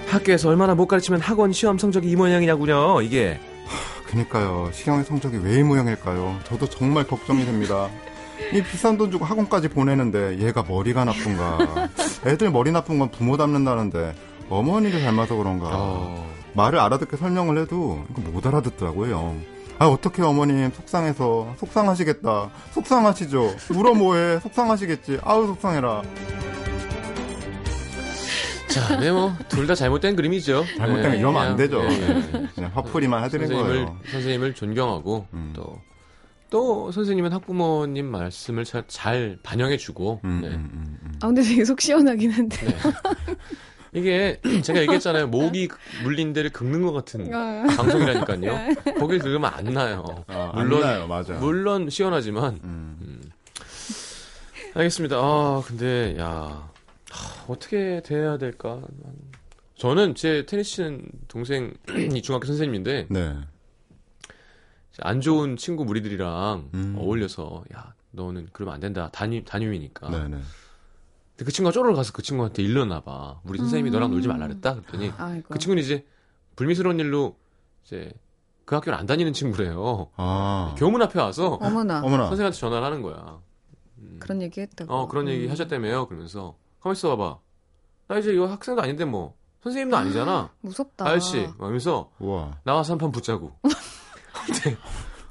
학교에서 얼마나 못 가르치면 학원 시험 성적이 이 모양이냐군요 이게 그니까요 시경이 성적이 왜 이 모양일까요 저도 정말 걱정이 됩니다 이 비싼 돈 주고 학원까지 보내는데 얘가 머리가 나쁜가 애들 머리 나쁜 건 부모 닮는다는데 어머니를 닮아서 그런가 어, 말을 알아듣게 설명을 해도 이거 못 알아듣더라고요. 아 어떻게 어머님 속상해서 속상하시겠다. 속상하시죠. 울어 뭐해. [laughs] 속상하시겠지. 아우 속상해라. 자, 네, 뭐, 둘 다 잘못된 그림이죠. 잘못된 거 이러면 안 되죠. 네. 그냥 화풀이만 해드린 선생님을, 거예요. 선생님을 존경하고, 음. 또, 또, 선생님은 학부모님 말씀을 잘, 잘 반영해주고, 음, 네. 음, 음, 음. 아 근데 되게 속 시원하긴 한데. 이게, 제가 얘기했잖아요. 목이 물린 데를 긁는 것 같은 네. 어. 방송이라니까요. 거길 긁으면 안 나요. 아, 물론- 물론 나요, 맞아요. 물론, 시원하지만, 음. 알겠습니다. 아, 근데, 야, 하, 어떻게 대해야 될까. 저는 제 테니스 치는 동생이 [clears throat] 중학교 선생님인데, 네. 안 좋은 친구 무리들이랑 음. 어울려서, 야, 너는 그러면 안 된다. 담임, 담임이니까. 네, 네. 근데 그 친구가 쪼르르 가서 그 친구한테 일렀나 봐. 우리 선생님이 음. 너랑 놀지 말라 그랬다? 그랬더니, 아이고. 그 친구는 이제 불미스러운 일로, 이제, 그 학교를 안 다니는 친구래요. 아. 교문 앞에 와서 어머나. 어머나. 선생한테 전화를 하는 거야. 음. 그런 얘기 했다고. 어, 그런 얘기 음. 하셨다며요. 그러면서. 가만 있어 봐봐. 나 이제 이거 학생도 아닌데 뭐. 선생님도 아니잖아. 무섭다. 아저씨. 그러면서 우와. 나와서 한 판 [laughs] 붙자고. 근데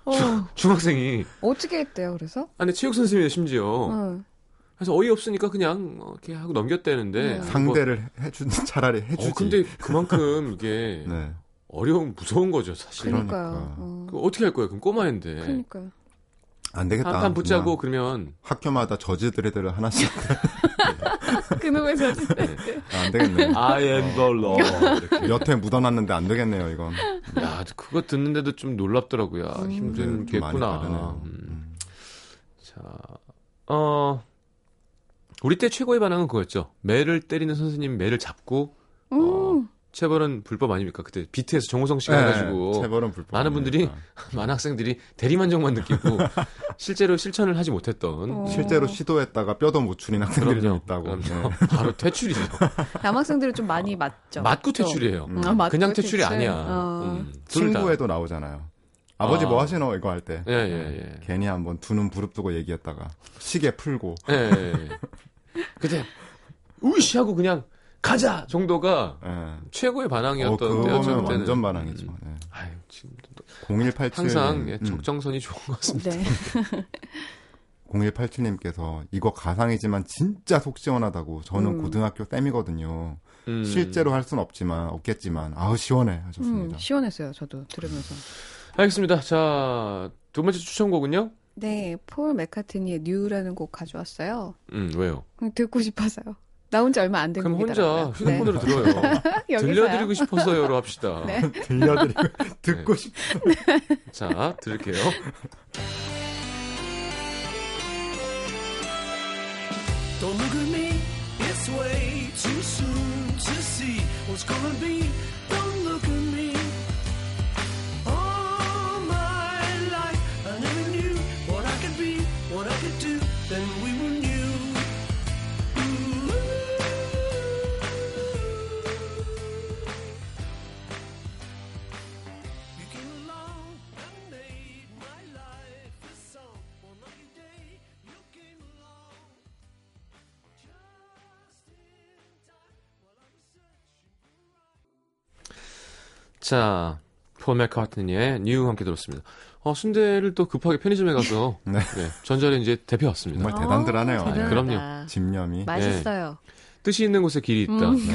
어, 중학생이. 어떻게 했대요, 그래서? 아니, 체육선생님이에요, 심지어. 응. 그래서 어이없으니까 그냥 어, 이렇게 하고 넘겼대는데. 뭐, 음. 상대를 해준 [laughs] 차라리 해주지. 네. 어, 근데 그만큼 [laughs] 이게 네. 어려운, 무서운 거죠, 사실. 그럼- 그러니까요. 그러니까. 어. 그 어떻게 할 거야? 그럼 꼬마인데. 그러니까요. 안 되겠다. 한판 붙자고 그냥 그러면 학교마다 저지드레드를 [laughs] 하나씩. [laughs] 그놈의 서 아, 안 되겠네. I am the law 여태 묻어놨는데 안 되겠네요, 이건. 음, 야 그거 듣는데도 좀 놀랍더라고요. 야, 힘든 음, 좀 많이 게구나. 다르네요. 음. 자, 어, 우리 때 최고의 반항은 그거였죠. 매를 때리는 선생님 매를 잡고, 어, 체벌은 불법 아닙니까? 그때 비트에서 정우성 씨가 해가지고, 네, 체벌은 불법. 많은 분들이 많은 학생들이 [laughs] 대리만족만 느끼고, 실제로 실천을 하지 못했던. 어. 실제로 시도했다가 뼈도 못 추린 학생들이 좀 있다고. 그럼요. 네. 바로 [laughs] 퇴출이죠. 남학생들은 좀 많이 맞죠. 맞고 퇴출이에요. 음. 아, 그렇죠. 맞고 그냥 퇴출이 퇴출. 아니야. 어. 음, 둘 다. 친구에도 나오잖아요. 아버지 아. 뭐 하시노 이거 할 때. 예, 예, 괜히 한번 두 눈 부릅뜨고 얘기했다가 시계 풀고. 예. 예, 예. 그때, 으이씨! 하고 그냥, 가자! 정도가 예. 최고의 어, 반항이었던 때였죠. 그거면 그때는. 완전 반항이죠. 예. 아유, 지금 0187 항상 예, 음, 적정선이 좋은 것 같습니다. 네. 0187님께서 이거 가상이지만 진짜 속 시원하다고 저는 음. 고등학교 쌤이거든요. 음. 실제로 할 순 없지만 없겠지만 아우 시원해 하셨습니다. 음, 시원했어요, 저도 들으면서. 알겠습니다. 자, 두 번째 추천곡은요? 네, 폴 맥카트니의 뉴라는 곡 가져왔어요. 음, 왜요? 듣고 싶어서요. 나온 지 얼마 안 된 그럼 혼자 네, 곡이더라고요. [laughs] 휴대폰으로 들어요. 네. [laughs] 여기서요. 들려드리고 싶어서요로 합시다. [laughs] 네. [laughs] [laughs] 들려드리고 듣고 싶. 자, 들을게요. Don't look at me, it's way too soon to see what's gonna be. Don't look at me. All my life, I never knew what I could be, what I could do, then we were new. You came along and made my life a song. One lucky day, you came along. Just in time, while I was searching for right. 자, 폴 맥카트니의 뉴 함께 들었습니다. 어, 순대를 또 급하게 편의점에 가서 [laughs] 네. 네, 전자레인지에 대표 왔습니다. 정말 대단들하네요. 예. 아, 대단하다. 그럼요. 집념이 맛있어요. 뜻이 있는 곳에 길이 있다. 음. 네.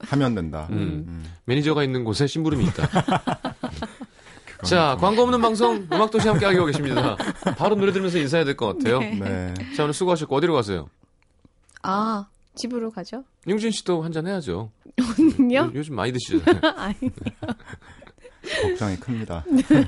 하면 된다. 음. 음. 매니저가 있는 곳에 심부름이 [laughs] 그러니까. 있다. 그건 자, 좀- 광고 없는 방송 음악도시 함께 하고 계십니다. 바로 노래 들으면서 인사해야 될 것 같아요. 네. 자, 오늘 수고하셨고 어디로 가세요? 아, 집으로 가죠? 융진 씨도 한잔 해야죠. 요? 요, 즘 많이 드시잖아요. [laughs] 아니, 걱정이 [laughs] 큽니다. 그렇죠.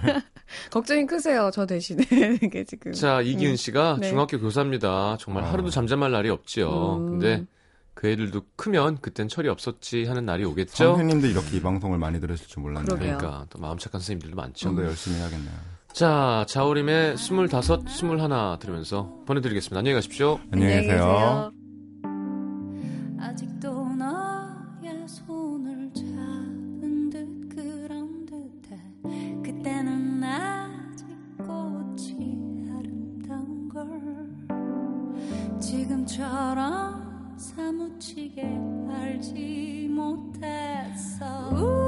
걱정이 크세요. 저 대신에. [laughs] 이게 지금. 자, 이기은 씨가 네. 중학교 교사입니다. 정말 아. 하루도 잠잠할 날이 없지요. 음. 근데 그 애들도 크면 그땐 철이 없었지 하는 날이 오겠죠. 선생님도 이렇게 이 방송을 많이 들으실 줄 몰랐네요. 그러게요. 그러니까 또 마음 착한 선생님들도 많죠. 좀 더 열심히 해야겠네요. 자, 자우림의 25, 21 들으면서 보내드리겠습니다. 안녕히 가십시오. 안녕히 계세요. 아직도 너의 손을 잡은 듯 그런 듯해 그때는 아직 꽃이 아름다운 걸 지금처럼 사무치게 알지 못했어